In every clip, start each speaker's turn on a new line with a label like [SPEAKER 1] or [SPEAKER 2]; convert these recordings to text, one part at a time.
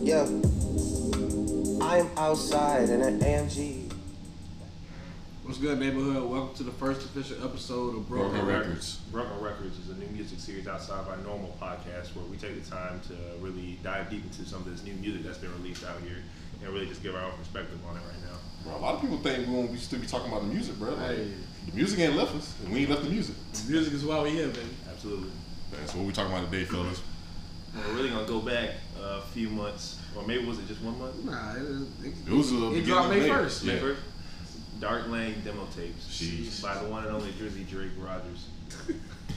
[SPEAKER 1] Yeah. I'm outside in an AMG.
[SPEAKER 2] What's good, neighborhood? Welcome to the first official episode of Broken,
[SPEAKER 3] Broken
[SPEAKER 2] Records.
[SPEAKER 3] Records.
[SPEAKER 4] Broken Records is a new music series outside of our normal podcast where we take the time to really dive deep into some of this new music that's been released out here and really just give our own perspective on it right now.
[SPEAKER 3] Bro, a lot of people think we won't be still be talking about the music, bro. Like, the music ain't left us, and we ain't left the music.
[SPEAKER 2] Music is why we here, baby.
[SPEAKER 4] Absolutely.
[SPEAKER 3] That's what we talking about today, fellas.
[SPEAKER 4] And we're really going to go back a few months, or maybe was it just one month?
[SPEAKER 2] Nah, it, it,
[SPEAKER 3] It was a
[SPEAKER 2] It dropped May 1st.
[SPEAKER 3] Yeah.
[SPEAKER 4] Remember? Dark Lane demo tapes
[SPEAKER 3] Jeez.
[SPEAKER 4] by the one and only Drizzy Drake Rogers.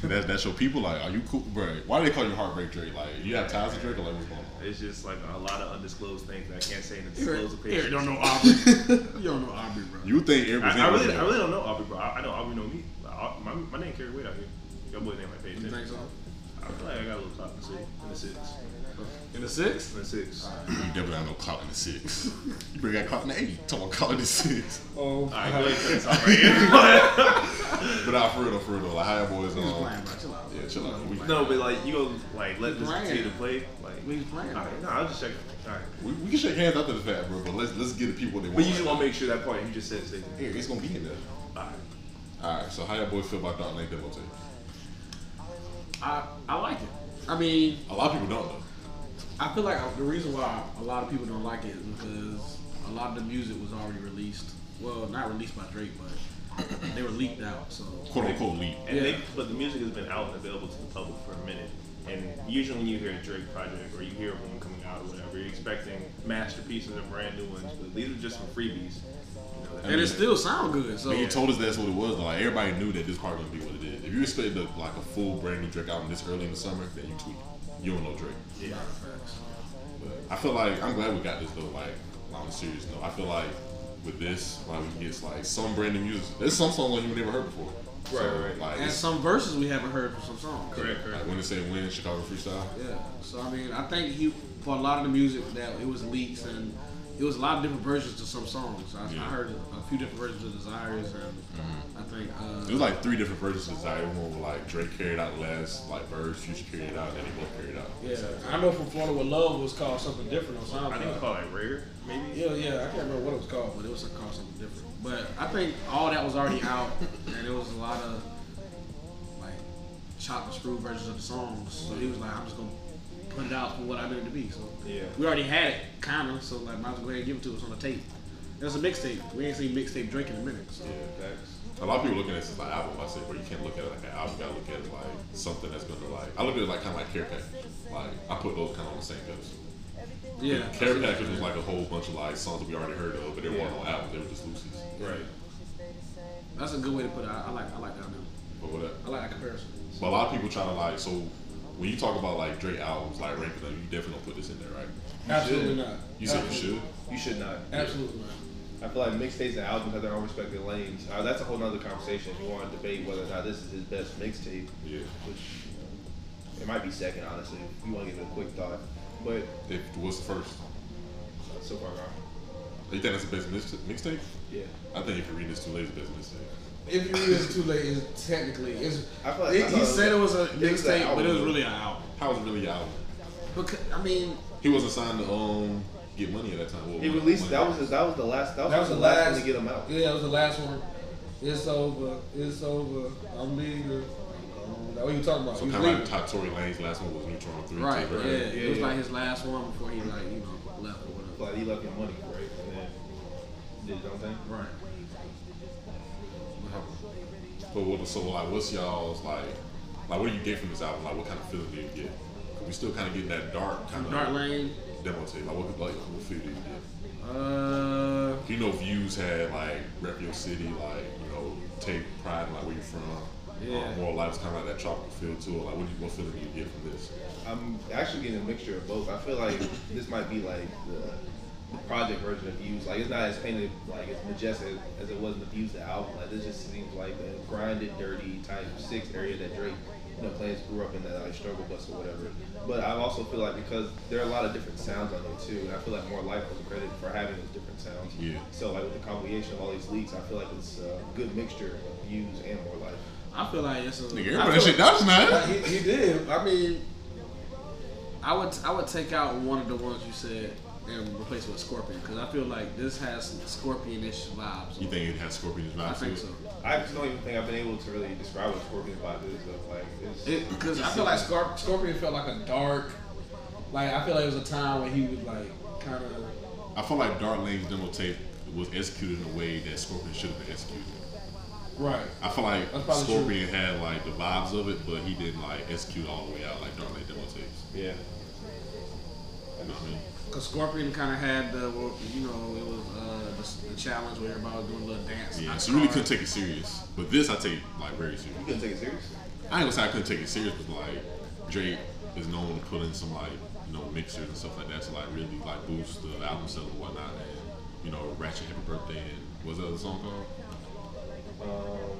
[SPEAKER 3] That, that's your people. Like, are you cool, bro? Why do they call you Heartbreak Drake? Like, you have ties to Drake, or like, what's going on?
[SPEAKER 4] It's just like a lot of undisclosed things that I can't say in the
[SPEAKER 2] Eric,
[SPEAKER 4] disclosed
[SPEAKER 2] Eric
[SPEAKER 4] picture.
[SPEAKER 2] don't know Aubrey. you don't know Aubrey, bro.
[SPEAKER 3] You would think
[SPEAKER 4] I,
[SPEAKER 3] everything?
[SPEAKER 4] I really, I really don't know Aubrey, bro. I, I know Aubrey know me. I, my, my name carry weight out here. Your boy name I paid
[SPEAKER 2] You
[SPEAKER 4] attention.
[SPEAKER 2] think so?
[SPEAKER 4] I feel like I got a little clout in the six. In the six.
[SPEAKER 2] In the six?
[SPEAKER 4] In the six. All
[SPEAKER 3] You definitely don't know clout in the six. You bring got clout in the eight. Talk about clout in the six.
[SPEAKER 2] Oh,
[SPEAKER 4] right, go ahead. cut this off right
[SPEAKER 3] But nah, for real, though, for real, though, like, how y'all boys
[SPEAKER 2] he's
[SPEAKER 3] on?
[SPEAKER 2] playing, bro. Chill out.
[SPEAKER 3] Yeah, chill out. We,
[SPEAKER 4] here. no, but like you gonna like let this
[SPEAKER 2] Right.
[SPEAKER 4] continue to play? Like
[SPEAKER 2] We was playing, bro.
[SPEAKER 4] All right, no, I'll just check. All right.
[SPEAKER 3] we, we can shake hands after the fact, bro. But let's let's get the people what they
[SPEAKER 4] But
[SPEAKER 3] want.
[SPEAKER 4] you just want to make sure that part you just said is there.
[SPEAKER 3] Here, it's gonna be in there.
[SPEAKER 4] All right.
[SPEAKER 3] All right. So how y'all boys feel about Dark Lane Demo Tape?
[SPEAKER 2] I, I like it. I mean,
[SPEAKER 3] A lot of people don't though.
[SPEAKER 2] I feel like the reason why a lot of people don't like it is because a lot of the music was already released. Well, not released by Drake, but they were leaked out. So
[SPEAKER 3] quote unquote lead.
[SPEAKER 4] And
[SPEAKER 2] Yeah.
[SPEAKER 4] they, but the music has been out and available to the public for a minute. And usually when you hear a Drake project or you hear one coming out or whatever, you're expecting masterpieces and brand new ones. But these are just some freebies. You know, that-
[SPEAKER 2] and it still sound good. So
[SPEAKER 3] But he told us that's what it was. though. Like everybody knew that this probably gonna be what it is. If you expect a, like a full brand new Drake album this early in the summer, then you tweet. You don't know Drake.
[SPEAKER 4] yeah.
[SPEAKER 2] Facts.
[SPEAKER 3] But I feel like I'm glad we got this though. Like on a serious note, I feel like with this, like we get like some brand new music. There's some songs like you never heard before.
[SPEAKER 4] Right, right.
[SPEAKER 3] Like,
[SPEAKER 2] and
[SPEAKER 3] it's-
[SPEAKER 2] some verses we haven't heard from some songs.
[SPEAKER 4] Correct, correct.
[SPEAKER 3] like when they say win Chicago freestyle.
[SPEAKER 2] Yeah. So I mean, I think he for a lot of the music that it was leaks and it was a lot of different versions to some songs. I, I
[SPEAKER 3] Yeah. Mm-hmm.
[SPEAKER 2] heard a few different versions of Desires and I think uh,
[SPEAKER 3] It was like three different versions of Desire. One where like Drake carried out the last like verse, Future carried it out, and then they both carried it out.
[SPEAKER 5] Yeah, I know from Florida with Love was called something different on
[SPEAKER 4] I think it's
[SPEAKER 5] SoundCloud.
[SPEAKER 4] called like rare, maybe.
[SPEAKER 5] Yeah, yeah, I can't remember what it was called.
[SPEAKER 2] but it was a call something different. But I think all that was already out, and it was a lot of like chop and screw versions of the songs. So he was like, I'm just gonna put it out for what I need it to be. So
[SPEAKER 4] Yeah.
[SPEAKER 2] we already had it, kinda. So like, might as well go ahead and give it to us on a tape. That's a mixtape. We ain't seen mixtape Drake in a minute. So.
[SPEAKER 4] Yeah, facts.
[SPEAKER 3] A lot of people looking at this as like album. I say, but you can't look at it like an album. You gotta look at it like something that's gonna like. I look at it like kind of like care package. Like I put those kind of on the same pedestal.
[SPEAKER 2] Yeah.
[SPEAKER 3] Care package was like a whole bunch of like songs that we already heard of, but they weren't on albums. They were just loosies.
[SPEAKER 4] Right.
[SPEAKER 2] That's a good way to put it. I, I like I like that. Name.
[SPEAKER 3] But whatever.
[SPEAKER 2] I like that comparison.
[SPEAKER 3] But a lot of people try to like. So when you talk about like Drake albums, like ranking them, you definitely don't put this in there, right?
[SPEAKER 5] Absolutely not.
[SPEAKER 3] You said you
[SPEAKER 5] Absolutely-
[SPEAKER 3] should.
[SPEAKER 4] You should not.
[SPEAKER 5] Absolutely not.
[SPEAKER 4] I feel like mixtapes and albums have their own respective lanes. Uh, that's a whole nother conversation. If you want to debate whether or not this is his best mixtape,
[SPEAKER 3] Yeah.
[SPEAKER 4] which you know, it might be second, honestly. If you want to give it a quick thought, but
[SPEAKER 3] If what's the first?
[SPEAKER 4] so far gone.
[SPEAKER 3] You think that's the best mix- mixtape?
[SPEAKER 4] Yeah.
[SPEAKER 3] I think if you read this too late, it's the best mixtape.
[SPEAKER 5] If you read it's too late, it's technically it's.
[SPEAKER 4] I feel like-
[SPEAKER 5] he-
[SPEAKER 4] I
[SPEAKER 5] he
[SPEAKER 4] thought
[SPEAKER 5] said it was a
[SPEAKER 4] it was an
[SPEAKER 5] mixtape, but it was
[SPEAKER 4] album.
[SPEAKER 5] really an album.
[SPEAKER 3] How was it really an album?
[SPEAKER 2] Because, I mean,
[SPEAKER 3] He wasn't signed to um get money at that time. Well,
[SPEAKER 4] He
[SPEAKER 3] Money-
[SPEAKER 4] released.
[SPEAKER 3] Money-
[SPEAKER 4] That was his, that was the last. That was,
[SPEAKER 5] That was
[SPEAKER 4] the
[SPEAKER 5] the
[SPEAKER 4] last one
[SPEAKER 5] last-
[SPEAKER 4] to get him out.
[SPEAKER 5] Yeah, it was the last one. It's over. It's over. I'm leaving. Um, That's what you talking about.
[SPEAKER 3] So
[SPEAKER 5] He was
[SPEAKER 3] kind of like
[SPEAKER 5] leaving.
[SPEAKER 3] top Tory Lane's last one was Neutron Three.
[SPEAKER 2] right?
[SPEAKER 3] too,
[SPEAKER 2] Yeah,
[SPEAKER 4] Yeah,
[SPEAKER 2] it was
[SPEAKER 4] yeah.
[SPEAKER 2] like his last one before he like you know left or whatever.
[SPEAKER 4] Like he left him money, right? And then did his own thing.
[SPEAKER 2] Right.
[SPEAKER 3] But what, so like, what's y'all's like? Like, what do you get from this album? Like, what kind of feeling do you get? 'Cause We still kind of getting that dark kind of
[SPEAKER 2] Dark Lane.
[SPEAKER 3] demo tape. Like, what like what feel do you get?
[SPEAKER 2] Uh,
[SPEAKER 3] You know, Views had like Rep Your City, like you know, take pride in like where you from.
[SPEAKER 2] Yeah.
[SPEAKER 3] Um, More life kind of like that tropical feel to it. Like, what do you, what feeling do you get from this?
[SPEAKER 4] I'm actually getting a mixture of both. I feel like this might be like the, the project version of Views. Like it's not as painted, like as majestic as it was in the Views the album. Like this just seems like the grinded, dirty type six area that Drake, you know, players grew up in that like struggle bus or whatever. But I also feel like because there are a lot of different sounds on there too, and I feel like More Life was credited for having those different sounds.
[SPEAKER 3] Yeah.
[SPEAKER 4] So like with the combination of all these leaks, I feel like it's a good mixture of Views and More Life.
[SPEAKER 2] I feel like it's a.
[SPEAKER 3] Nigga,
[SPEAKER 2] I
[SPEAKER 3] everybody
[SPEAKER 2] feel-
[SPEAKER 3] that shit does man.
[SPEAKER 5] He, he did. I mean,
[SPEAKER 2] I would I would take out one of the ones you said and replace it with Scorpion because I feel like this has some Scorpion-ish vibes.
[SPEAKER 3] You think it has Scorpion's
[SPEAKER 2] I
[SPEAKER 3] vibes to
[SPEAKER 2] think
[SPEAKER 3] it?
[SPEAKER 2] so.
[SPEAKER 4] I just don't even think I've been able to really describe what Scorpion's vibe is. Though. Like, it's,
[SPEAKER 2] Because
[SPEAKER 4] it's-
[SPEAKER 2] I feel like Scorp- Scorpion felt like a dark, like I feel like it was a time where he was like kind of.
[SPEAKER 3] I feel like Dark Lane's demo tape was executed in a way that Scorpion should have been executed.
[SPEAKER 2] Right.
[SPEAKER 3] I feel like
[SPEAKER 2] That's probably true.
[SPEAKER 3] Scorpion had like the vibes of it, but he didn't like execute all the way out like Dark Lane demo tapes.
[SPEAKER 4] yeah.
[SPEAKER 3] You know what I mean?
[SPEAKER 2] Cause Scorpion kind of had the, well, you know, it was uh, the, s- the challenge where everybody was doing a little dance.
[SPEAKER 3] Yeah,
[SPEAKER 2] not
[SPEAKER 3] so you really
[SPEAKER 2] card.
[SPEAKER 3] couldn't take it serious. But this I take like very serious.
[SPEAKER 4] You couldn't take it seriously.
[SPEAKER 3] I ain't gonna say I couldn't take it serious, but like Drake is known to put in some like you know mixers and stuff like that to like really like boost the album sales and whatnot. And you know, Ratchet Happy Birthday and what's the other song called?
[SPEAKER 4] Um,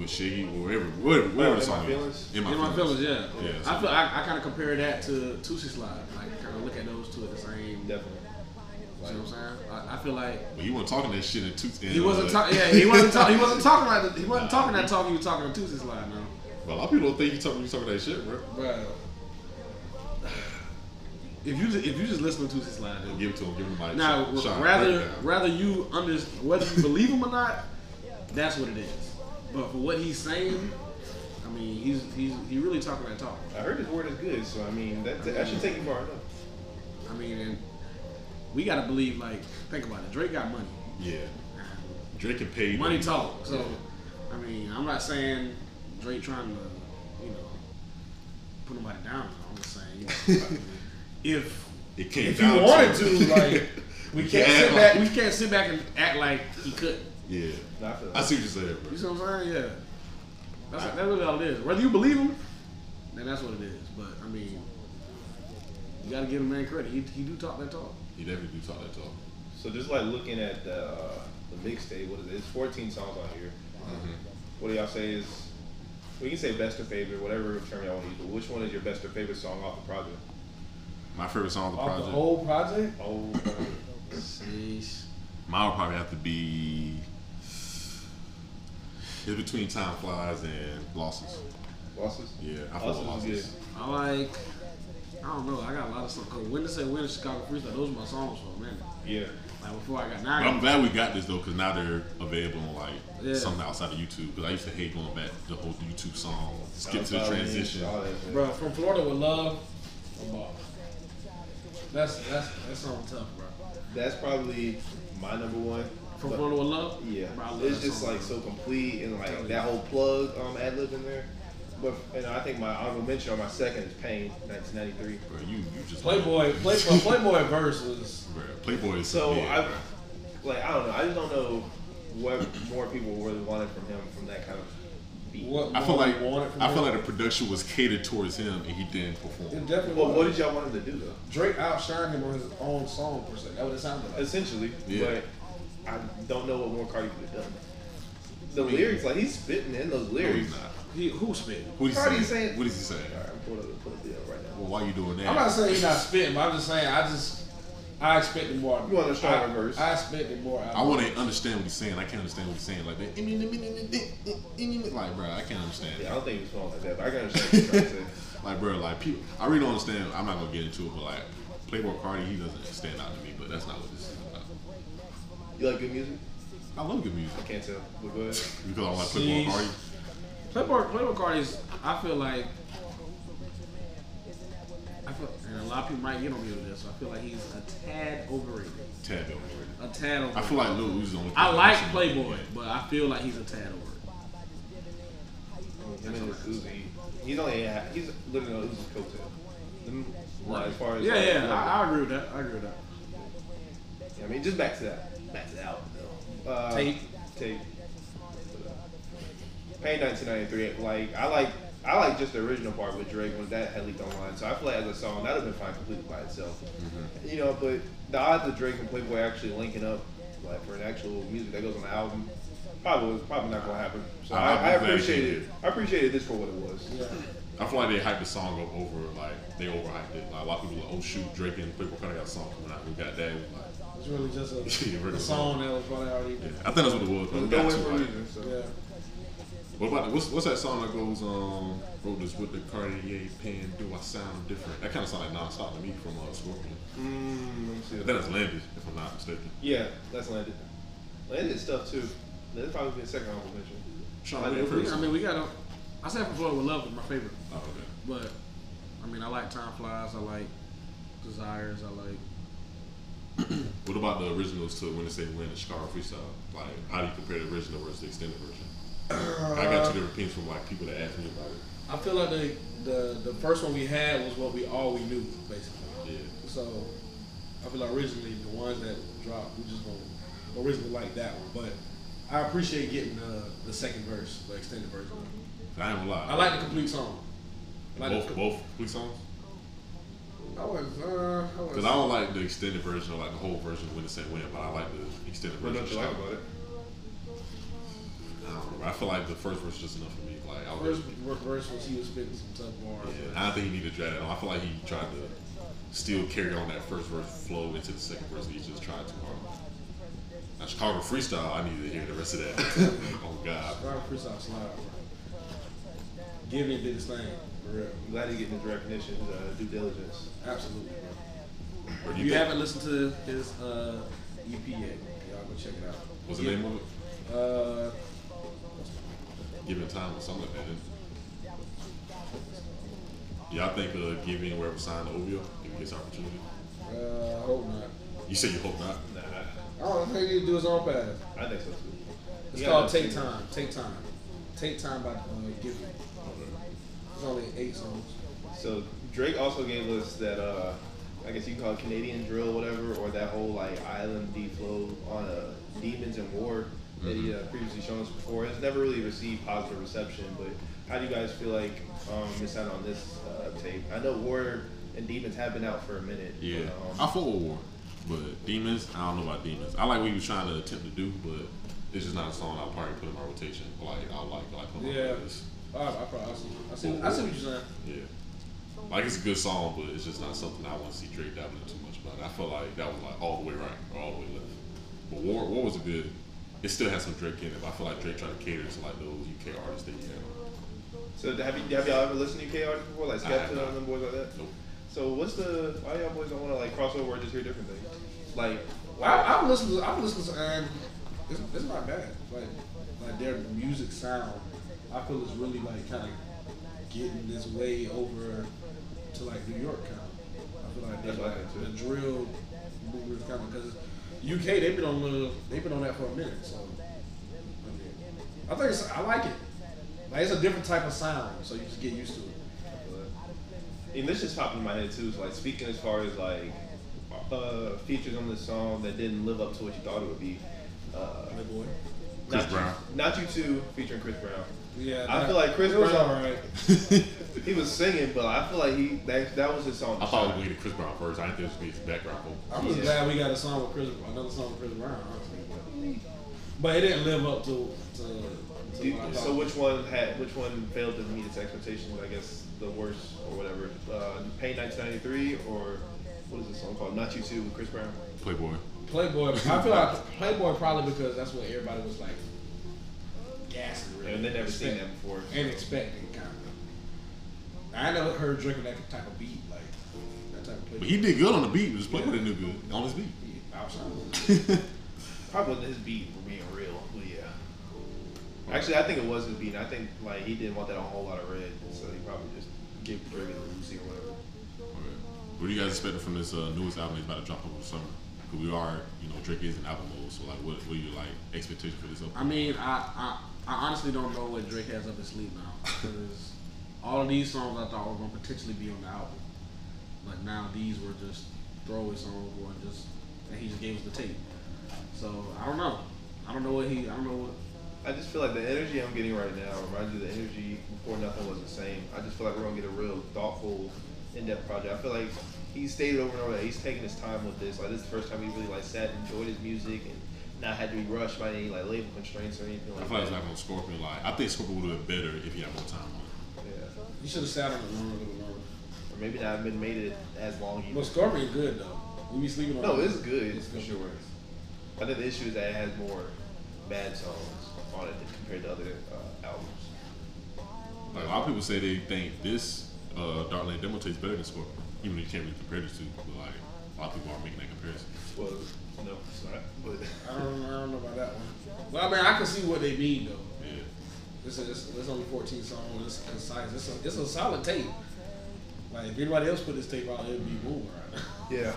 [SPEAKER 3] With Shiggy or whatever, whatever, whatever the
[SPEAKER 4] In My
[SPEAKER 3] song. is.
[SPEAKER 4] Feelings?
[SPEAKER 3] In my,
[SPEAKER 2] In my feelings, yeah.
[SPEAKER 3] Yeah,
[SPEAKER 2] I
[SPEAKER 3] so-
[SPEAKER 2] feel I, I kind of compare that to Tusi Live. Like kind of look at those two at the same. You know
[SPEAKER 4] definitely.
[SPEAKER 2] what I'm saying? I, I feel like
[SPEAKER 3] But he wasn't talking that shit in two.
[SPEAKER 2] he wasn't talking. Yeah, he wasn't talking. He wasn't talking like the, he wasn't talking that talk. He was talking to Tusi Live, man.
[SPEAKER 3] But a lot of people don't think he talking. You talking that shit, bro.
[SPEAKER 2] Bro, if you ju- if you just listen to Tusi Live, then
[SPEAKER 3] Give it to him. Give him like
[SPEAKER 2] Now,
[SPEAKER 3] shot- shot
[SPEAKER 2] rather
[SPEAKER 3] breakdown.
[SPEAKER 2] rather you under whether you believe him or not, that's what it is. But for what he's saying, I mean, he's he's he really talking that talk.
[SPEAKER 4] I heard his word is good, so I mean that, that should take you far enough.
[SPEAKER 2] I mean, and we gotta believe. Like, think about it. Drake got money.
[SPEAKER 3] Yeah. Drake can pay
[SPEAKER 2] Money
[SPEAKER 3] them.
[SPEAKER 2] talk. So, I mean, I'm not saying Drake trying to, you know, put nobody down. I'm just saying, you know, if
[SPEAKER 3] It came
[SPEAKER 2] if you
[SPEAKER 3] down
[SPEAKER 2] wanted
[SPEAKER 3] it.
[SPEAKER 2] to, like, we can't
[SPEAKER 3] Yeah,
[SPEAKER 2] sit
[SPEAKER 3] like-
[SPEAKER 2] back. We can't sit back and act like he couldn't.
[SPEAKER 3] Yeah.
[SPEAKER 4] No, I feel
[SPEAKER 3] I
[SPEAKER 4] that.
[SPEAKER 3] see what you're saying,
[SPEAKER 2] You
[SPEAKER 3] bro.
[SPEAKER 2] see what I'm saying? Yeah. That's, that's really all it is. Whether you believe him, then that's what it is. But I mean, you gotta give him man credit. He, he do talk that talk.
[SPEAKER 3] He definitely do talk that talk.
[SPEAKER 4] So just like looking at the, uh, the mixtape, what is it? It's 14 songs on here. What do y'all say is? We can say best or favorite, whatever term y'all want to use. But which one is your best or favorite song off the project?
[SPEAKER 3] My favorite song of the
[SPEAKER 6] Off the
[SPEAKER 3] project.
[SPEAKER 6] whole project?
[SPEAKER 4] Oh,
[SPEAKER 3] Mine would probably have to be. It's between time flies and losses.
[SPEAKER 4] losses.
[SPEAKER 3] Yeah, I follow
[SPEAKER 4] Losses
[SPEAKER 3] losses.
[SPEAKER 4] is good.
[SPEAKER 2] I like. I don't know. I got a lot of songs. Cause when to say when Chicago freestyle, those are my songs for a minute.
[SPEAKER 4] Yeah.
[SPEAKER 2] Like before I got
[SPEAKER 3] But I'm
[SPEAKER 2] nine.
[SPEAKER 3] glad we got this though, because now they're available on like
[SPEAKER 2] Yeah.
[SPEAKER 3] something outside of YouTube. Because I used to hate going back to the whole YouTube song, skip to the
[SPEAKER 4] All that
[SPEAKER 3] transition.
[SPEAKER 4] shit, all that shit.
[SPEAKER 2] Bro, from Florida with love, a ball. That's that's that's song tough, bro.
[SPEAKER 4] That's probably my number one.
[SPEAKER 2] From
[SPEAKER 4] But-
[SPEAKER 2] Florida with love,
[SPEAKER 4] Yeah,
[SPEAKER 2] bro, I love
[SPEAKER 4] it's
[SPEAKER 2] that
[SPEAKER 4] just
[SPEAKER 2] song.
[SPEAKER 4] like so complete and
[SPEAKER 2] Tell you.
[SPEAKER 4] like that whole plug um, ad lib in there. But and I think my honorable mention on my second is Pain, 1993.
[SPEAKER 3] Bro, you you just
[SPEAKER 6] Playboy, Playboy, Playboy verse was.
[SPEAKER 3] Bro, Playboy is
[SPEAKER 4] So
[SPEAKER 3] yeah, bro.
[SPEAKER 4] I, like I don't know, I just don't know what more people really wanted from him from that kind of beat.
[SPEAKER 6] What
[SPEAKER 3] I feel
[SPEAKER 6] more
[SPEAKER 3] like
[SPEAKER 6] we wanted from
[SPEAKER 3] I feel
[SPEAKER 6] him.
[SPEAKER 3] like the production was catered towards him and he didn't
[SPEAKER 6] It
[SPEAKER 3] perform.
[SPEAKER 6] definitely
[SPEAKER 4] Well,
[SPEAKER 6] was.
[SPEAKER 4] what did y'all want him to do though?
[SPEAKER 6] Drake outshined him on his own song per se. That would have sounded like.
[SPEAKER 4] Essentially,
[SPEAKER 3] Yeah.
[SPEAKER 4] but I don't know what more Cardi could have done. The lyrics, like he's spitting in those
[SPEAKER 3] No, he's
[SPEAKER 4] lyrics.
[SPEAKER 3] not.
[SPEAKER 2] He, who spit?
[SPEAKER 3] What is he
[SPEAKER 4] Cardi
[SPEAKER 3] saying?
[SPEAKER 4] saying-
[SPEAKER 3] What is he saying?
[SPEAKER 4] All right, I'm pulling up, pulling up the deal right now.
[SPEAKER 3] Well, why you doing that?
[SPEAKER 6] I'm not saying he's not spitting, but I'm just saying I just I expected more.
[SPEAKER 4] You want a stronger
[SPEAKER 6] I-
[SPEAKER 4] verse.
[SPEAKER 6] I expected more. out
[SPEAKER 3] I
[SPEAKER 6] of
[SPEAKER 3] want to understand what he's saying. I can't understand what he's saying. Like that. Like, bro, I can't understand.
[SPEAKER 4] Yeah, I don't think he was going like that, but I can understand what you're trying to say.
[SPEAKER 3] Like, bro, like people. I really don't understand. I'm not gonna get into it, but like Playboy Cardi, he doesn't stand out to me. But that's not what this is about.
[SPEAKER 4] You like good music?
[SPEAKER 3] I love good music
[SPEAKER 4] I can't tell. But go ahead.
[SPEAKER 3] because I like Playboy
[SPEAKER 6] Jeez.
[SPEAKER 3] Cardi.
[SPEAKER 2] Playboy, Playboy Cardi is, I feel like, I feel, and a lot of people might get on me with this, so I feel like he's a tad overrated.
[SPEAKER 3] Tad over.
[SPEAKER 2] A tad overrated.
[SPEAKER 3] I feel like Lil Uzi's the only.
[SPEAKER 2] I like
[SPEAKER 3] person-
[SPEAKER 2] Playboy, but I feel like he's a tad overrated.
[SPEAKER 4] Him and his Uzi, he's only a- he's living on Uzi's coattail. Them- Like, as far as
[SPEAKER 2] Yeah,
[SPEAKER 4] like,
[SPEAKER 2] yeah, I, I agree with that. I agree with that.
[SPEAKER 4] I mean, just back to that, back to the album though. Uh,
[SPEAKER 2] Tape.
[SPEAKER 4] tape. Pain 1993. Like I like I like just the original part with Drake when that had leaked online. So I feel like as a song that'd have been fine completely by itself.
[SPEAKER 2] Mm-hmm.
[SPEAKER 4] You know, but the odds of Drake and Playboy actually linking up like for an actual music that goes on the album. Probably was probably not gonna happen. So
[SPEAKER 3] I-
[SPEAKER 4] I,
[SPEAKER 3] I'm
[SPEAKER 4] I
[SPEAKER 3] glad you
[SPEAKER 4] appreciated
[SPEAKER 3] did.
[SPEAKER 4] I appreciated this for what it was.
[SPEAKER 6] it. Yeah.
[SPEAKER 3] I feel like they hyped the song up over like they overhyped it. Like a lot of people, like, oh shoot, Drake and Playboy Cardi got a song coming out. We got that. It was Like,
[SPEAKER 6] It's really just a,
[SPEAKER 3] Yeah, really
[SPEAKER 6] a song that was probably already.
[SPEAKER 3] yeah. I think that's what it was. but we
[SPEAKER 4] No
[SPEAKER 3] got
[SPEAKER 4] way
[SPEAKER 3] too
[SPEAKER 4] for a
[SPEAKER 3] hyped.
[SPEAKER 4] reason. So.
[SPEAKER 6] Yeah.
[SPEAKER 3] What about what's, what's that song that goes um wrote this with the Cartier pen? Do I sound different? That kind of sounded non-stop to me from uh, Scorpion.
[SPEAKER 4] Mm, let me see.
[SPEAKER 3] But then it's Landis, if I'm not mistaken.
[SPEAKER 4] Yeah, that's landed. Landed stuff too. That's probably been second honorable mention.
[SPEAKER 3] Sean,
[SPEAKER 4] I
[SPEAKER 3] I
[SPEAKER 4] mean,
[SPEAKER 7] We- I mean, we got a. I said before, with love is my favorite,
[SPEAKER 3] oh, okay.
[SPEAKER 7] but I mean, I like time flies. I like desires. I like.
[SPEAKER 3] What about the originals to when they say win the Chicago freestyle? Like, how do you compare the original versus the extended version? I got two different opinions from like people that asked me about it.
[SPEAKER 2] I feel like the, the the first one we had was what we all we knew basically.
[SPEAKER 3] Yeah,
[SPEAKER 2] So I feel like originally the ones that dropped, we just gonna originally like that one. But I appreciate getting the the second verse, the extended version.
[SPEAKER 3] I ain't gonna lie.
[SPEAKER 2] I like the complete song. I like
[SPEAKER 3] both
[SPEAKER 2] the-
[SPEAKER 3] both complete songs.
[SPEAKER 2] I was uh, I
[SPEAKER 3] Because
[SPEAKER 2] was.
[SPEAKER 3] I don't like the extended version or like the whole version of Win the Same Win, but I like the extended
[SPEAKER 4] What
[SPEAKER 3] version.
[SPEAKER 4] don't you like about it?
[SPEAKER 3] I don't know. I feel like the first verse is just enough for me. Like, I was
[SPEAKER 2] First verse was he was spitting some tough bars.
[SPEAKER 3] Yeah, I don't think he needed to drag that on. I feel like he tried to still carry on that first verse flow into the second verse. and He just tried too hard. Now, Chicago freestyle, I need to hear the rest of that. oh God,
[SPEAKER 2] Rob freestyle slide. Givian did his thing. For real.
[SPEAKER 4] I'm glad he's getting his recognition, his uh, due diligence.
[SPEAKER 2] Absolutely. Bro.
[SPEAKER 3] Or do
[SPEAKER 2] If
[SPEAKER 3] you
[SPEAKER 2] you
[SPEAKER 3] think-
[SPEAKER 2] haven't listened to his uh, EP yet, y'all go check it out.
[SPEAKER 3] what's the
[SPEAKER 2] Yeah.
[SPEAKER 3] name of it?
[SPEAKER 2] Uh,
[SPEAKER 3] Giving time or something like that. isn't it? Y'all think uh, Giving wherever signed to OVO if he gets opportunity?
[SPEAKER 2] uh, hope not.
[SPEAKER 3] You said you hope not.
[SPEAKER 2] I
[SPEAKER 4] Nah,
[SPEAKER 2] don't think he need to do his own path.
[SPEAKER 4] I think so too.
[SPEAKER 2] It's
[SPEAKER 4] Yeah,
[SPEAKER 2] called
[SPEAKER 4] I've
[SPEAKER 2] Take
[SPEAKER 4] seen it.
[SPEAKER 2] Time. Take Time. Take Time by uh, Givian. It's only eight songs.
[SPEAKER 4] So Drake also gave us that uh I guess you can call it Canadian drill, whatever, or that whole like island D flow on uh, demons and war that he
[SPEAKER 3] Mm-hmm.
[SPEAKER 4] uh, previously shown us before. It's never really received positive reception, but how do you guys feel like um it sounded on this uh, tape? I know war and demons have been out for a minute. but,
[SPEAKER 3] Yeah, I
[SPEAKER 4] um,
[SPEAKER 3] fought with War, but Demons, I don't know about Demons. I like what he was trying to attempt to do, but it's just not a song I'll probably put in my rotation. Like I like, like put on my
[SPEAKER 2] Yeah.
[SPEAKER 3] playlist.
[SPEAKER 2] All right, I probably I see. I see, I see what you're saying.
[SPEAKER 3] Yeah. Like it's a good song, but it's just not something I want to see Drake dabbling too much about. I felt like that was like all the way right or all the way left. But War War was a good. It still has some Drake in it. But I feel like Drake tried to cater to like those UK artists that he had. on.
[SPEAKER 4] so have you have y'all ever listened to UK artists before, like
[SPEAKER 3] I have
[SPEAKER 4] Skepta
[SPEAKER 3] not.
[SPEAKER 4] and them boys like that?
[SPEAKER 3] Nope.
[SPEAKER 4] So what's the why y'all boys don't want to like cross over and just hear different things? Like
[SPEAKER 2] I, I've listened to I've listened to and it's, it's not bad. Like like their music sound, I feel is really like kind of getting this way over to like New York kind of. I feel like
[SPEAKER 4] That's
[SPEAKER 2] that's
[SPEAKER 4] what I
[SPEAKER 2] like
[SPEAKER 4] think,
[SPEAKER 2] the
[SPEAKER 4] too.
[SPEAKER 2] drill movement kind of because UK they've been on the they've been on that for a minute. So I, mean, I think it's, I like it. Like it's a different type of sound, so you just get used to it.
[SPEAKER 4] And this just popped in my head too. Is like speaking as far as like uh, features on this song that didn't live up to what you thought it would be. Uh,
[SPEAKER 2] My boy.
[SPEAKER 3] Chris
[SPEAKER 4] not
[SPEAKER 3] Brown.
[SPEAKER 4] You, not you two featuring Chris Brown.
[SPEAKER 2] Yeah,
[SPEAKER 4] I
[SPEAKER 2] that-
[SPEAKER 4] feel like Chris
[SPEAKER 2] it was
[SPEAKER 4] Brown-
[SPEAKER 2] all right.
[SPEAKER 4] He was singing, but I feel like he that, that was his song.
[SPEAKER 3] I thought we needed Chris Brown first. I didn't think it was gonna be his background vocal.
[SPEAKER 2] I'm just
[SPEAKER 4] Yeah.
[SPEAKER 2] glad we got a song with Chris, another song with Chris Brown. honestly. But it didn't live up to to, to
[SPEAKER 4] Do-
[SPEAKER 2] what I thought.
[SPEAKER 4] so which one had which one failed to meet its expectations? I guess the worst or whatever. Uh, Pain 1993 or what is this song called? Not you two with Chris Brown.
[SPEAKER 3] Playboy.
[SPEAKER 2] Playboy, I feel like Playboy probably because that's what everybody was like gassing really,
[SPEAKER 4] And they never seen that
[SPEAKER 2] expect-
[SPEAKER 4] before.
[SPEAKER 2] and expecting kind of. I never heard Drake on that type of beat, like that type of
[SPEAKER 3] But
[SPEAKER 2] Playboy.
[SPEAKER 3] he did good on the beat. Just Playboy didn't do good on his beat.
[SPEAKER 2] Outside.
[SPEAKER 4] Probably wasn't his beat for being real, but yeah. Actually, I think it was his beat. and I think like he didn't want that on a whole lot of red, so he probably just gave Drake and Lucy or whatever.
[SPEAKER 3] Okay. What do you guys expecting from this uh, newest album he's about to drop over the summer? Because we are, you know, Drake is in album mode. So like, what, what are your like expectations for this
[SPEAKER 7] I
[SPEAKER 3] album?
[SPEAKER 7] mean, I, I I honestly don't know what Drake has up his sleeve now because all of these songs I thought were gonna potentially be on the album, but now these were just throwaway songs or just and he just gave us the tape. So I don't know. I don't know what he. I don't know what.
[SPEAKER 4] I just feel like the energy I'm getting right now reminds me of the energy before nothing was the same. I just feel like we're gonna get a real thoughtful, in-depth project. I feel like he stated over and over that he's taking his time with this. Like this is the first time he really like sat and enjoyed his music and not had to be rushed by any like label constraints or anything
[SPEAKER 3] I
[SPEAKER 4] like
[SPEAKER 3] feel like it's
[SPEAKER 4] that.
[SPEAKER 3] like on Scorpion. Like, I think Scorpion would have been better if he had more time on it.
[SPEAKER 4] Yeah. Or
[SPEAKER 2] You should have sat on the room a little longer.
[SPEAKER 4] maybe not been made it as long. either.
[SPEAKER 2] But Scorpion good though. We be sleeping on.
[SPEAKER 4] No,
[SPEAKER 2] it.
[SPEAKER 4] it's good
[SPEAKER 2] It's
[SPEAKER 4] for
[SPEAKER 2] good.
[SPEAKER 4] sure. I think the issue is that it has more bad songs on it compared to other uh, albums.
[SPEAKER 3] Like a lot of people say they think this uh, Dark Lane demo tastes better than Scorpion, even though you can't really compare the two. But like a lot of people are making that comparison.
[SPEAKER 4] Well, no, it's not. But
[SPEAKER 2] I don't, I don't know about that one. But I mean, I can see what they mean though.
[SPEAKER 3] Yeah,
[SPEAKER 2] It's, it's, it's only 14 songs. It's concise. It's a, it's a solid tape. Like if anybody else put this tape out, it'd be boom right now.
[SPEAKER 4] yeah,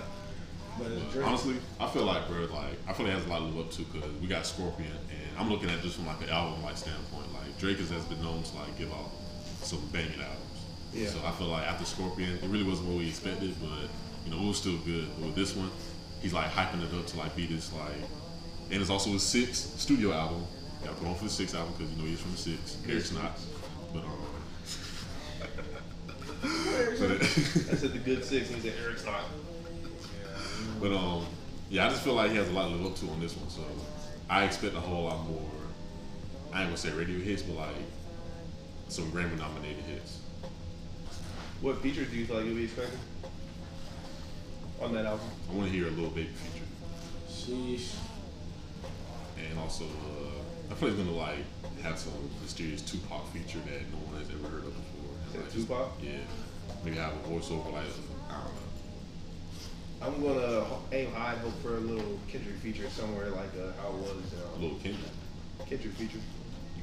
[SPEAKER 2] But it's
[SPEAKER 3] but
[SPEAKER 2] Drake.
[SPEAKER 3] honestly, I feel like bro, like I feel like it has a lot to live up to because we got Scorpion, and I'm looking at this from like an album like standpoint. Like Drake has has been known to like give out some banging albums.
[SPEAKER 4] Yeah.
[SPEAKER 3] So I feel like after Scorpion, it really wasn't what we expected, but you know it was still good. But with this one, he's like hyping it up to like be this like, and it's also his sixth studio album. Got put on for the sixth album because you know he's from the six. Eric's not, but um. but-
[SPEAKER 4] I said the good six, and he said Eric's not.
[SPEAKER 3] But um, yeah, I just feel like he has a lot to live up to on this one. So I expect a whole lot more. I ain't gonna say radio hits, but like some Grammy nominated hits.
[SPEAKER 4] What features do you feel like you'll be expecting on that album?
[SPEAKER 3] I want to hear a little baby feature,
[SPEAKER 2] Sheesh.
[SPEAKER 3] and also uh, I feel like it's gonna like have some mysterious Tupac feature that no one has ever heard of before. And,
[SPEAKER 4] Is that
[SPEAKER 3] like, just-
[SPEAKER 4] Tupac?
[SPEAKER 3] Yeah, maybe have a voiceover like I don't know.
[SPEAKER 4] I'm gonna ho- aim high and hope for a little Kendrick feature somewhere like uh, how it was
[SPEAKER 3] Lil Kendrick.
[SPEAKER 4] uh, Kendrick feature,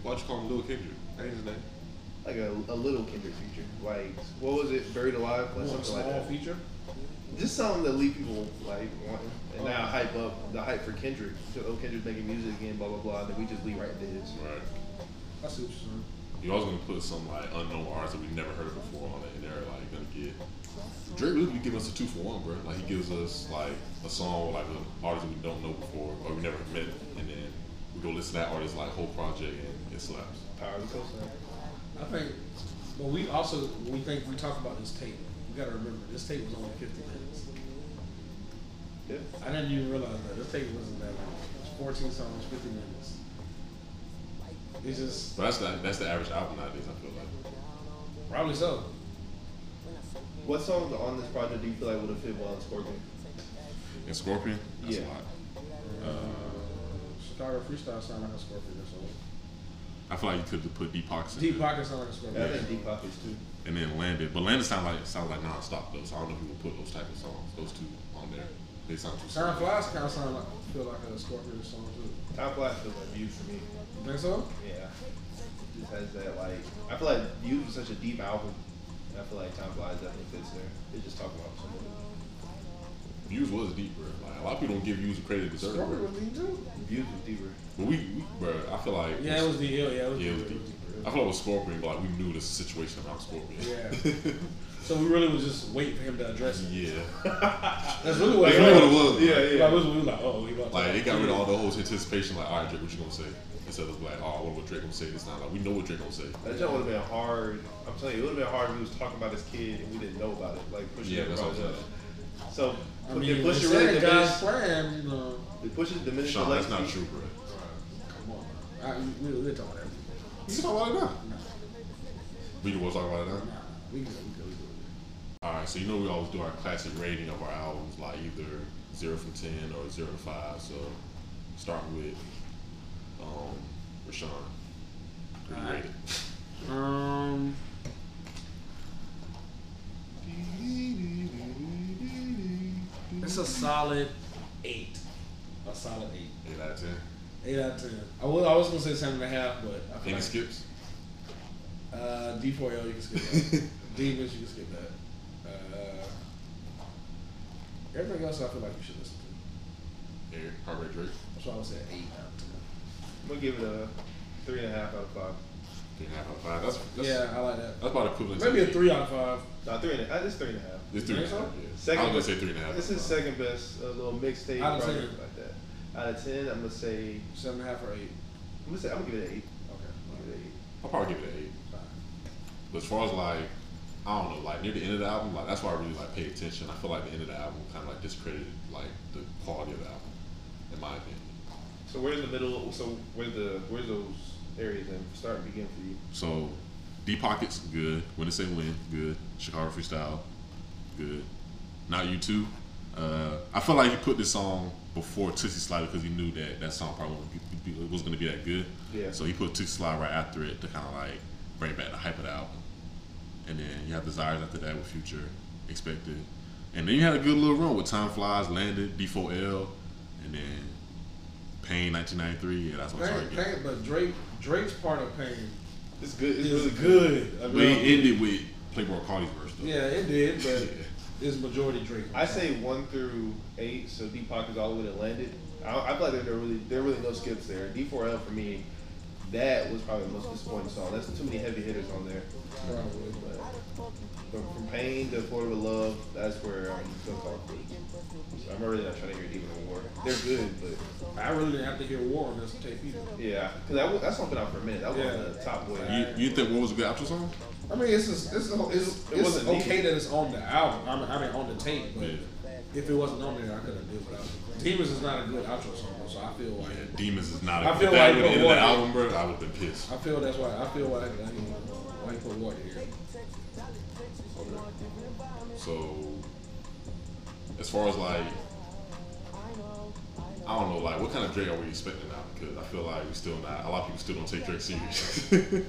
[SPEAKER 3] Why'd you call him Lil Kendrick? That ain't his name.
[SPEAKER 4] like a, a little Kendrick feature. Like what was it, Buried Alive, like
[SPEAKER 2] One
[SPEAKER 4] something like
[SPEAKER 2] small
[SPEAKER 4] that.
[SPEAKER 2] feature.
[SPEAKER 4] Just something that leave people like wanting, and now hype up the hype for Kendrick. So oh, Kendrick's making music again, blah blah blah. And then we just lead right into his.
[SPEAKER 3] Right.
[SPEAKER 2] I see what you're saying.
[SPEAKER 3] You're always gonna put some like unknown artists that we never heard of before on it, and they're like gonna get. Drake really be giving us a two for one, bro. Like he gives us like a song with like an artist we don't know before or we never met, and then we go listen to that artist like whole project and it slaps.
[SPEAKER 4] Power of the Coast Guard.
[SPEAKER 2] I think, but we also we think we talk about this tape. We gotta remember this tape was only 50 minutes.
[SPEAKER 4] Yeah.
[SPEAKER 2] I didn't even realize that this tape wasn't that long. It's 14 songs, 50 minutes. It's just
[SPEAKER 3] But that's the that's the average album nowadays. I feel like
[SPEAKER 2] probably so.
[SPEAKER 4] What songs on this project do you feel like would have fit well in Scorpion?
[SPEAKER 3] and Scorpion, that's
[SPEAKER 4] Yeah.
[SPEAKER 3] a lot.
[SPEAKER 2] Uh, Chicago freestyle sound like a scorpion or something.
[SPEAKER 3] I feel like you could have put Deep Pockets in
[SPEAKER 2] Deep
[SPEAKER 3] there
[SPEAKER 2] pocket sound like a
[SPEAKER 4] Yeah, I
[SPEAKER 2] scorpion.
[SPEAKER 4] think Deep Pop is too.
[SPEAKER 3] and then Landed, but Landed sound like sound like nonstop though. So I don't know if you would put those type of songs, those two on there. They sound too.
[SPEAKER 2] Sound
[SPEAKER 3] similar.
[SPEAKER 2] flies kind of sound like feel like a scorpion song too.
[SPEAKER 4] Time Flies feels like Views for me.
[SPEAKER 2] You think so?
[SPEAKER 4] Yeah. Just has that like I feel like Views was such a deep album. And I feel like Time Flies definitely fits there. They just talk about some of it.
[SPEAKER 3] Views was deep, bro. Like a lot of people don't give Views the credit it deserves.
[SPEAKER 2] Scorpion
[SPEAKER 3] bro.
[SPEAKER 2] was deep too.
[SPEAKER 4] Views was deeper.
[SPEAKER 3] But we, we bro, I feel like
[SPEAKER 2] Yeah, it was deep. Yeah, it was
[SPEAKER 3] yeah, it was
[SPEAKER 2] deep.
[SPEAKER 3] deep. I feel like with Scorpion, but like we knew the situation around Scorpion.
[SPEAKER 2] Yeah. So we really was just waiting for him to address it.
[SPEAKER 3] yeah.
[SPEAKER 2] That's really what
[SPEAKER 3] That's
[SPEAKER 2] it
[SPEAKER 3] really what
[SPEAKER 2] was.
[SPEAKER 3] it was. Yeah,
[SPEAKER 2] Like, we was- we was like, oh, we about to-
[SPEAKER 3] Like it got rid of all the whole anticipation. Like, all right, Drake, what you gonna say? Instead of like, oh, I wonder what Drake gonna say this time. Like, we know what Drake gonna say.
[SPEAKER 4] That joint would have been hard. I'm telling you, it would have been hard if we was talking about this kid and we didn't know about it. Like pushing
[SPEAKER 3] Yeah,
[SPEAKER 4] it
[SPEAKER 3] that's
[SPEAKER 4] brought it
[SPEAKER 3] what I'm
[SPEAKER 4] up. So
[SPEAKER 2] I
[SPEAKER 4] if
[SPEAKER 2] mean,
[SPEAKER 4] push
[SPEAKER 2] push
[SPEAKER 4] it
[SPEAKER 2] really
[SPEAKER 4] really
[SPEAKER 2] that God's
[SPEAKER 4] diminished.
[SPEAKER 2] plan, you know.
[SPEAKER 4] It pushes diminished
[SPEAKER 3] Sean, that's not
[SPEAKER 4] legacy.
[SPEAKER 3] true, bro.
[SPEAKER 2] Come on, bro. I, we, we're talking about everything.
[SPEAKER 3] You talking about it now? We can talk about it now.
[SPEAKER 2] Nah, we good, we good, we good.
[SPEAKER 3] All right, so you know we always do our classic rating of our albums, like either zero from ten or zero to five. So start with um, Rashawn. What do you
[SPEAKER 2] All right.
[SPEAKER 3] rate it?
[SPEAKER 7] Um,
[SPEAKER 2] It's a solid eight. A solid eight.
[SPEAKER 3] Eight out of ten.
[SPEAKER 2] Eight out of ten. I was, I was gonna say seven and a half, but I feel
[SPEAKER 3] Any
[SPEAKER 2] like
[SPEAKER 3] skips?
[SPEAKER 2] uh, D4L you can skip that. Demons you can skip that. Uh, everything else I feel like you should listen to.
[SPEAKER 3] Eric, Heartbreak Drake.
[SPEAKER 2] That's why I would say eight out of ten.
[SPEAKER 4] I'm gonna give it a three and a half out of five.
[SPEAKER 3] Three and a half out of five. That's, that's
[SPEAKER 2] yeah, I like that.
[SPEAKER 3] That's about equivalent. to
[SPEAKER 2] Maybe a
[SPEAKER 3] eight.
[SPEAKER 2] three out of five.
[SPEAKER 4] No, three and a half. It's three and a half.
[SPEAKER 3] It's three and a
[SPEAKER 2] Think
[SPEAKER 3] half.
[SPEAKER 2] so?
[SPEAKER 3] Yeah.
[SPEAKER 4] Second
[SPEAKER 3] I was gonna
[SPEAKER 4] best-
[SPEAKER 3] say three and a half.
[SPEAKER 4] This is second best uh, little mixtape
[SPEAKER 2] Out of
[SPEAKER 4] project
[SPEAKER 2] ten.
[SPEAKER 4] like that. Out of ten, I'm gonna say
[SPEAKER 2] Seven and a half or eight.
[SPEAKER 4] I'm gonna say I'm gonna give it an eight. I'm gonna
[SPEAKER 2] Okay.
[SPEAKER 4] give it an eight.
[SPEAKER 3] I'll probably give it an eight. But as far as like, I don't know, like near the end of the album, like that's why I really like pay attention. I feel like the end of the album kind of like discredited like the quality of the album, in my opinion.
[SPEAKER 4] So where's the middle? So where's the where's those areas and start and begin for you?
[SPEAKER 3] So, Deep Pockets good. When it say win good. Chicago Freestyle good. Not you too. Uh, I feel like he put this song before Tootsie Slide because he knew that that song probably wasn't gonna be- was going to be that good.
[SPEAKER 4] Yeah.
[SPEAKER 3] So he put Tootsie Slide right after it to kind of like bring back the hype of the album. And then you have Desires after that with Future, Expected. And then you had a good little run with Time Flies, Landed, D4L, and then Pain 1993. Yeah, that's what I'm
[SPEAKER 2] Pain,
[SPEAKER 3] sorry.
[SPEAKER 2] pain, but Drake, Drake's part of pain
[SPEAKER 4] It's good. It's
[SPEAKER 2] is
[SPEAKER 4] really
[SPEAKER 2] good. I
[SPEAKER 3] But
[SPEAKER 2] mean,
[SPEAKER 3] it ended with Playboy Cardi's verse, though.
[SPEAKER 2] yeah, it did, but it's majority Drake.
[SPEAKER 4] I say one through eight, so Deepak is all the way to landed. I, I feel like there- there really there really no skips there. D4L for me, that was probably the most disappointing song. That's too many heavy hitters on there.
[SPEAKER 2] Probably.
[SPEAKER 4] But from, from pain to Florida with love, that's where I'm gonna call it quits. So I'm really not trying to hear Demon War. They're good, but
[SPEAKER 2] I really didn't have to hear War on this tape either.
[SPEAKER 4] yeah, because that, wa- that's something out for a minute. That was
[SPEAKER 2] Yeah.
[SPEAKER 4] on the top way.
[SPEAKER 3] You, you think what was a good outro song?
[SPEAKER 2] I mean, it's just, it's, the whole- it's,
[SPEAKER 4] It
[SPEAKER 2] it's
[SPEAKER 4] wasn't
[SPEAKER 2] okay
[SPEAKER 4] needed.
[SPEAKER 2] that it's on the album. I mean, I mean on the tape, but if it wasn't on there, I could have did without it. Demons is not a good outro song, so I feel like
[SPEAKER 3] Oh, Yeah, Demons is not a
[SPEAKER 2] I
[SPEAKER 3] good
[SPEAKER 2] feel
[SPEAKER 3] that
[SPEAKER 2] like
[SPEAKER 3] would've
[SPEAKER 2] the
[SPEAKER 3] ended
[SPEAKER 2] one-
[SPEAKER 3] the album, bro. I would have been pissed.
[SPEAKER 2] I feel that's why I feel like I mean, why you put War here.
[SPEAKER 3] So, as far as like, I don't know, like, what kind of Drake are we expecting now? Because I feel like we still not, a lot of people still don't take Drake serious. like,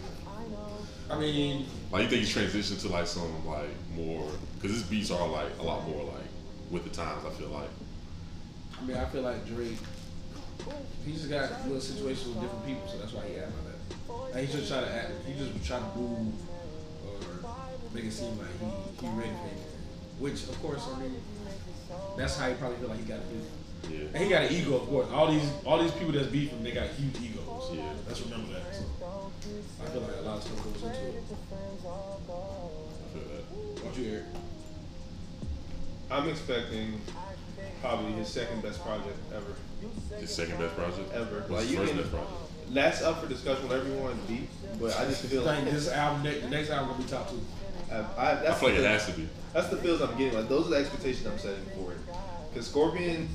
[SPEAKER 2] I mean,
[SPEAKER 3] you think he's transitioned to like some like more, because his beats are like a lot more like with the times. I feel like.
[SPEAKER 2] I mean, I feel like Drake. He's just got little situations with different people, so that's why he acted like that. And he's just trying to act. He just trying to move or make it seem like he, he ready for anything. Which, of course, I mean, that's how he probably feel like he got to do. it.
[SPEAKER 3] Yeah.
[SPEAKER 2] And he got an ego, of course. All these all these people that's beefing, they got huge egos.
[SPEAKER 3] Yeah.
[SPEAKER 2] Let's remember that. So, I feel like a lot of stuff goes into it.
[SPEAKER 3] I feel that.
[SPEAKER 2] What you hear?
[SPEAKER 4] I'm expecting probably his second best project ever.
[SPEAKER 3] His second best project
[SPEAKER 4] Ever.
[SPEAKER 3] What's
[SPEAKER 4] Like,
[SPEAKER 3] his
[SPEAKER 4] you
[SPEAKER 3] first
[SPEAKER 4] can-
[SPEAKER 3] best project?
[SPEAKER 4] That's up for discussion, whatever you want to be. But I just feel
[SPEAKER 2] Like
[SPEAKER 4] like
[SPEAKER 2] this album, ne- the next album will be top two.
[SPEAKER 4] I, I,
[SPEAKER 3] I
[SPEAKER 4] that's
[SPEAKER 3] feel like it
[SPEAKER 4] the-
[SPEAKER 3] has to be.
[SPEAKER 4] That's the feels I'm getting. Like those are the expectations I'm setting for it. Cause Scorpion,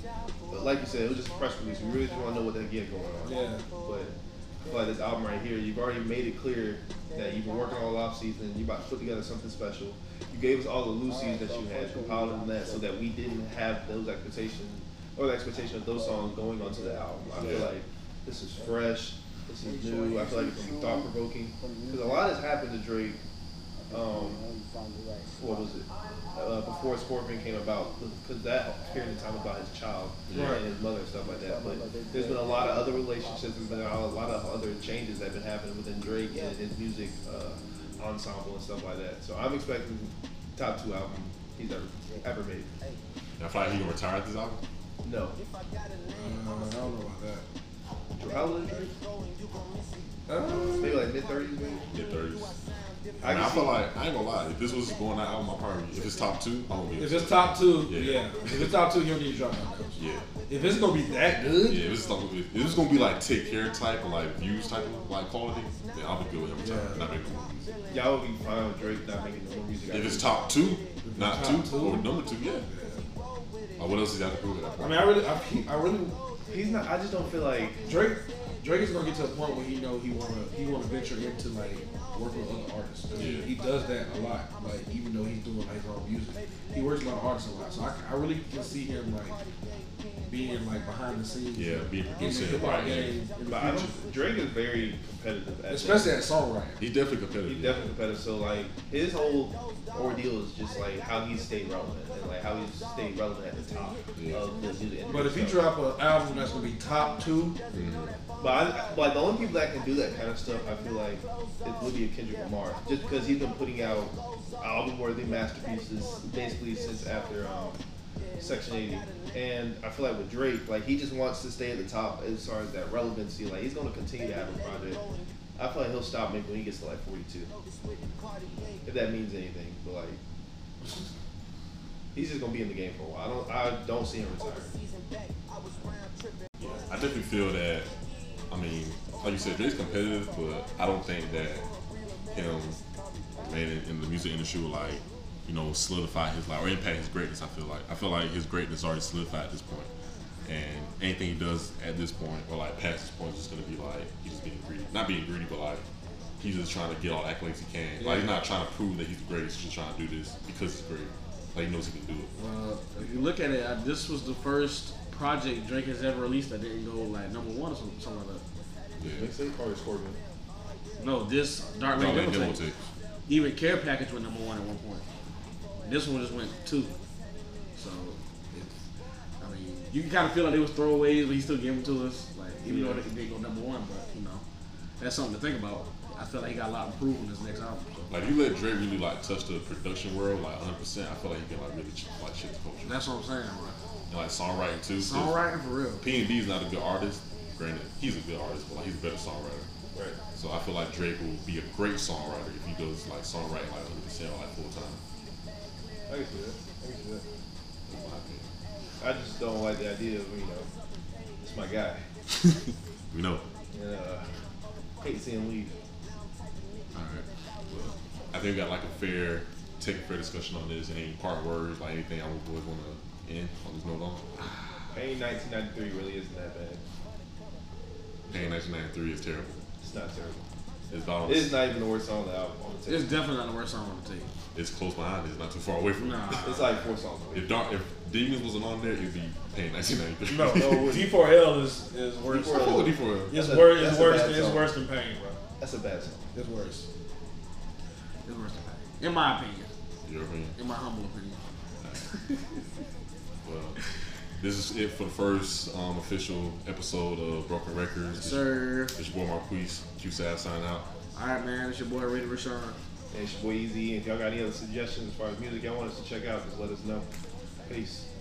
[SPEAKER 4] like you said, it was just a press release. We really just want to know what they get going on.
[SPEAKER 2] Yeah.
[SPEAKER 4] But I feel like this album right here, you've already made it clear that you've been working all off season. You're about to put together something special. You gave us all the loosies that you had, compiled them that so that we didn't have those expectations or the expectation of those songs going onto the album. I feel
[SPEAKER 3] Yeah.
[SPEAKER 4] like this is fresh. This is new. I feel like it's thought provoking. Cause a lot has happened to Drake. Um, what was it uh, before Scorpion came about because that period of time about his child and his mother and stuff like that. But there's been a lot of other relationships and been a lot of other changes that have been happening within Drake and his music uh, ensemble and stuff like that. So I'm expecting top two album he's ever ever made.
[SPEAKER 3] I feel like he gonna retire at this album.
[SPEAKER 4] No,
[SPEAKER 2] Uh, I don't know about that.
[SPEAKER 4] how old is Drake?
[SPEAKER 2] Uh,
[SPEAKER 4] Maybe like mid thirties, maybe.
[SPEAKER 3] Mid thirties.
[SPEAKER 4] I
[SPEAKER 3] I,
[SPEAKER 4] can
[SPEAKER 3] I feel
[SPEAKER 4] see-
[SPEAKER 3] like I ain't gonna lie. If this was going out album, I probably if it's top two, I won't be.
[SPEAKER 2] If it's top two,
[SPEAKER 3] Yeah.
[SPEAKER 2] yeah. If it's top two, you don't need to drop out.
[SPEAKER 3] Yeah,
[SPEAKER 2] If it's gonna be that good,
[SPEAKER 3] yeah. If it's, top, if it's gonna be like take care type or like views type of like quality, then I'll be good with him.
[SPEAKER 2] Yeah.
[SPEAKER 3] Not making more music.
[SPEAKER 4] Y'all would be fine with Drake not making no more music.
[SPEAKER 3] If it's top two, not
[SPEAKER 2] top
[SPEAKER 3] two,
[SPEAKER 2] two.
[SPEAKER 3] or number two, yeah. Uh, what else he got to prove at that
[SPEAKER 2] I
[SPEAKER 3] point?
[SPEAKER 2] mean, I really, I, I really,
[SPEAKER 4] he's not. I just don't feel like.
[SPEAKER 2] Drake, Drake is gonna get to a point where he know he wanna, he wanna venture into like working with other artists. He- He does that a lot, like even though he's doing like his own music, he works with other artists a lot. So I, I really can see him like being like behind the scenes.
[SPEAKER 3] Yeah, being
[SPEAKER 2] in the
[SPEAKER 3] producer,
[SPEAKER 2] hip hop
[SPEAKER 3] right?
[SPEAKER 2] game, in the
[SPEAKER 4] But I
[SPEAKER 2] future.
[SPEAKER 4] don't, Drake is very competitive, at that.
[SPEAKER 2] especially at songwriting.
[SPEAKER 3] He's definitely competitive.
[SPEAKER 4] He's definitely competitive. So like his whole ordeal is just like how he stayed relevant and like how he stayed relevant at the top of the music. industry.
[SPEAKER 2] But if you
[SPEAKER 4] So-
[SPEAKER 2] drop an album that's gonna be top two,
[SPEAKER 3] Mm-hmm.
[SPEAKER 4] but I, but the only people that can do that kind of stuff, I feel like, is Lydia Kendrick Lamar, just because he's been putting out album-worthy masterpieces basically since after um, Section 80. And I feel like with Drake, like he just wants to stay at the top as far as that relevancy. Like he's gonna continue to have a project. I feel like he'll stop maybe when he gets to like 42, if that means anything. But like, he's just gonna be in the game for a while. I don't, I don't see him retiring.
[SPEAKER 3] Yeah, I definitely feel that. I mean, like you said, Drake's competitive, but I don't think that him remaining in the music industry will like, you know, solidify his like or impact his greatness. I feel like I feel like his greatness already solidified at this point, and anything he does at this point or like past this point is just gonna be like he's just being greedy, not being greedy, but like he's just trying to get all the accolades he can. Like he's not trying to prove that he's the greatest. He's just trying to do this because he's great. Like he knows he can do it.
[SPEAKER 7] Uh, if you look at it, I, this was the first project Drake has ever released that didn't go like number one or some- something like that.
[SPEAKER 4] oh,
[SPEAKER 3] Yeah.
[SPEAKER 4] Mixtape or Scorpion?
[SPEAKER 2] No, this Dark
[SPEAKER 3] Dark
[SPEAKER 2] Lane
[SPEAKER 3] Lane
[SPEAKER 2] Demo
[SPEAKER 3] Demo
[SPEAKER 2] Tape.
[SPEAKER 3] Tape.
[SPEAKER 2] Even Care Package went number one at one point. This one just went two. So, it's, I mean, you can kind of feel like they was throwaways, but he still gave them to us. Like, even though they didn't go number one, but you know, that's something to think about. I feel like he got a lot of proof in this next album. So
[SPEAKER 3] Like you let Dre really like touch the production world like 100. percent I feel like he can like really ch- like shift the culture.
[SPEAKER 2] that's what I'm saying. Like,
[SPEAKER 3] And, like songwriting too. 'cause
[SPEAKER 2] songwriting for real.
[SPEAKER 3] P and D is not a good artist. Granted, he's a good artist, but like he's a better songwriter.
[SPEAKER 4] Right.
[SPEAKER 3] So I feel like Drake will be a great songwriter if he goes like songwriting like 100 percent like full time.
[SPEAKER 4] I can see that. I can see that.
[SPEAKER 3] in my opinion.
[SPEAKER 4] I just don't like the idea of, you know, it's my guy.
[SPEAKER 3] We know.
[SPEAKER 4] And uh, hate seeing him leave.
[SPEAKER 3] All right. Well, I think we got like a fair, take a fair discussion on this. Any part words, like anything I would boys want to end on this note on.
[SPEAKER 4] Ain't 1993 really isn't that bad.
[SPEAKER 3] Pain 1993 is terrible.
[SPEAKER 4] It's not terrible.
[SPEAKER 3] It's violent.
[SPEAKER 4] It's
[SPEAKER 3] It's,
[SPEAKER 4] not even the worst song on the album. I'm gonna tell you.
[SPEAKER 2] It's definitely not the worst song on the tape.
[SPEAKER 3] close behind. It's not too far away from
[SPEAKER 2] Nah.
[SPEAKER 3] it.
[SPEAKER 4] It's like four songs. away.
[SPEAKER 3] If Dark, if Demons wasn't on there, it'd be Pain 1993.
[SPEAKER 8] No, no, D4L is is worse.
[SPEAKER 3] I fuck with D for real.
[SPEAKER 8] It's
[SPEAKER 4] That's a-
[SPEAKER 8] worse.
[SPEAKER 4] that's
[SPEAKER 8] It's
[SPEAKER 4] a
[SPEAKER 8] worse.
[SPEAKER 4] bad
[SPEAKER 8] It's
[SPEAKER 4] song.
[SPEAKER 8] worse than pain, bro.
[SPEAKER 4] That's a bad song.
[SPEAKER 8] It's worse.
[SPEAKER 2] It's worse than that. In my opinion.
[SPEAKER 3] Your opinion.
[SPEAKER 2] In my humble opinion.
[SPEAKER 3] Well, this is it for the first um, official episode of Broken Records. It's-
[SPEAKER 2] Sir.
[SPEAKER 3] It's your boy Marquise. Q Sad signing out.
[SPEAKER 2] Alright man, it's your boy Ray Rashawn.
[SPEAKER 4] And it's your boy Easy. And if y'all got any other suggestions as far as music y'all want us to check out, just let us know. Peace.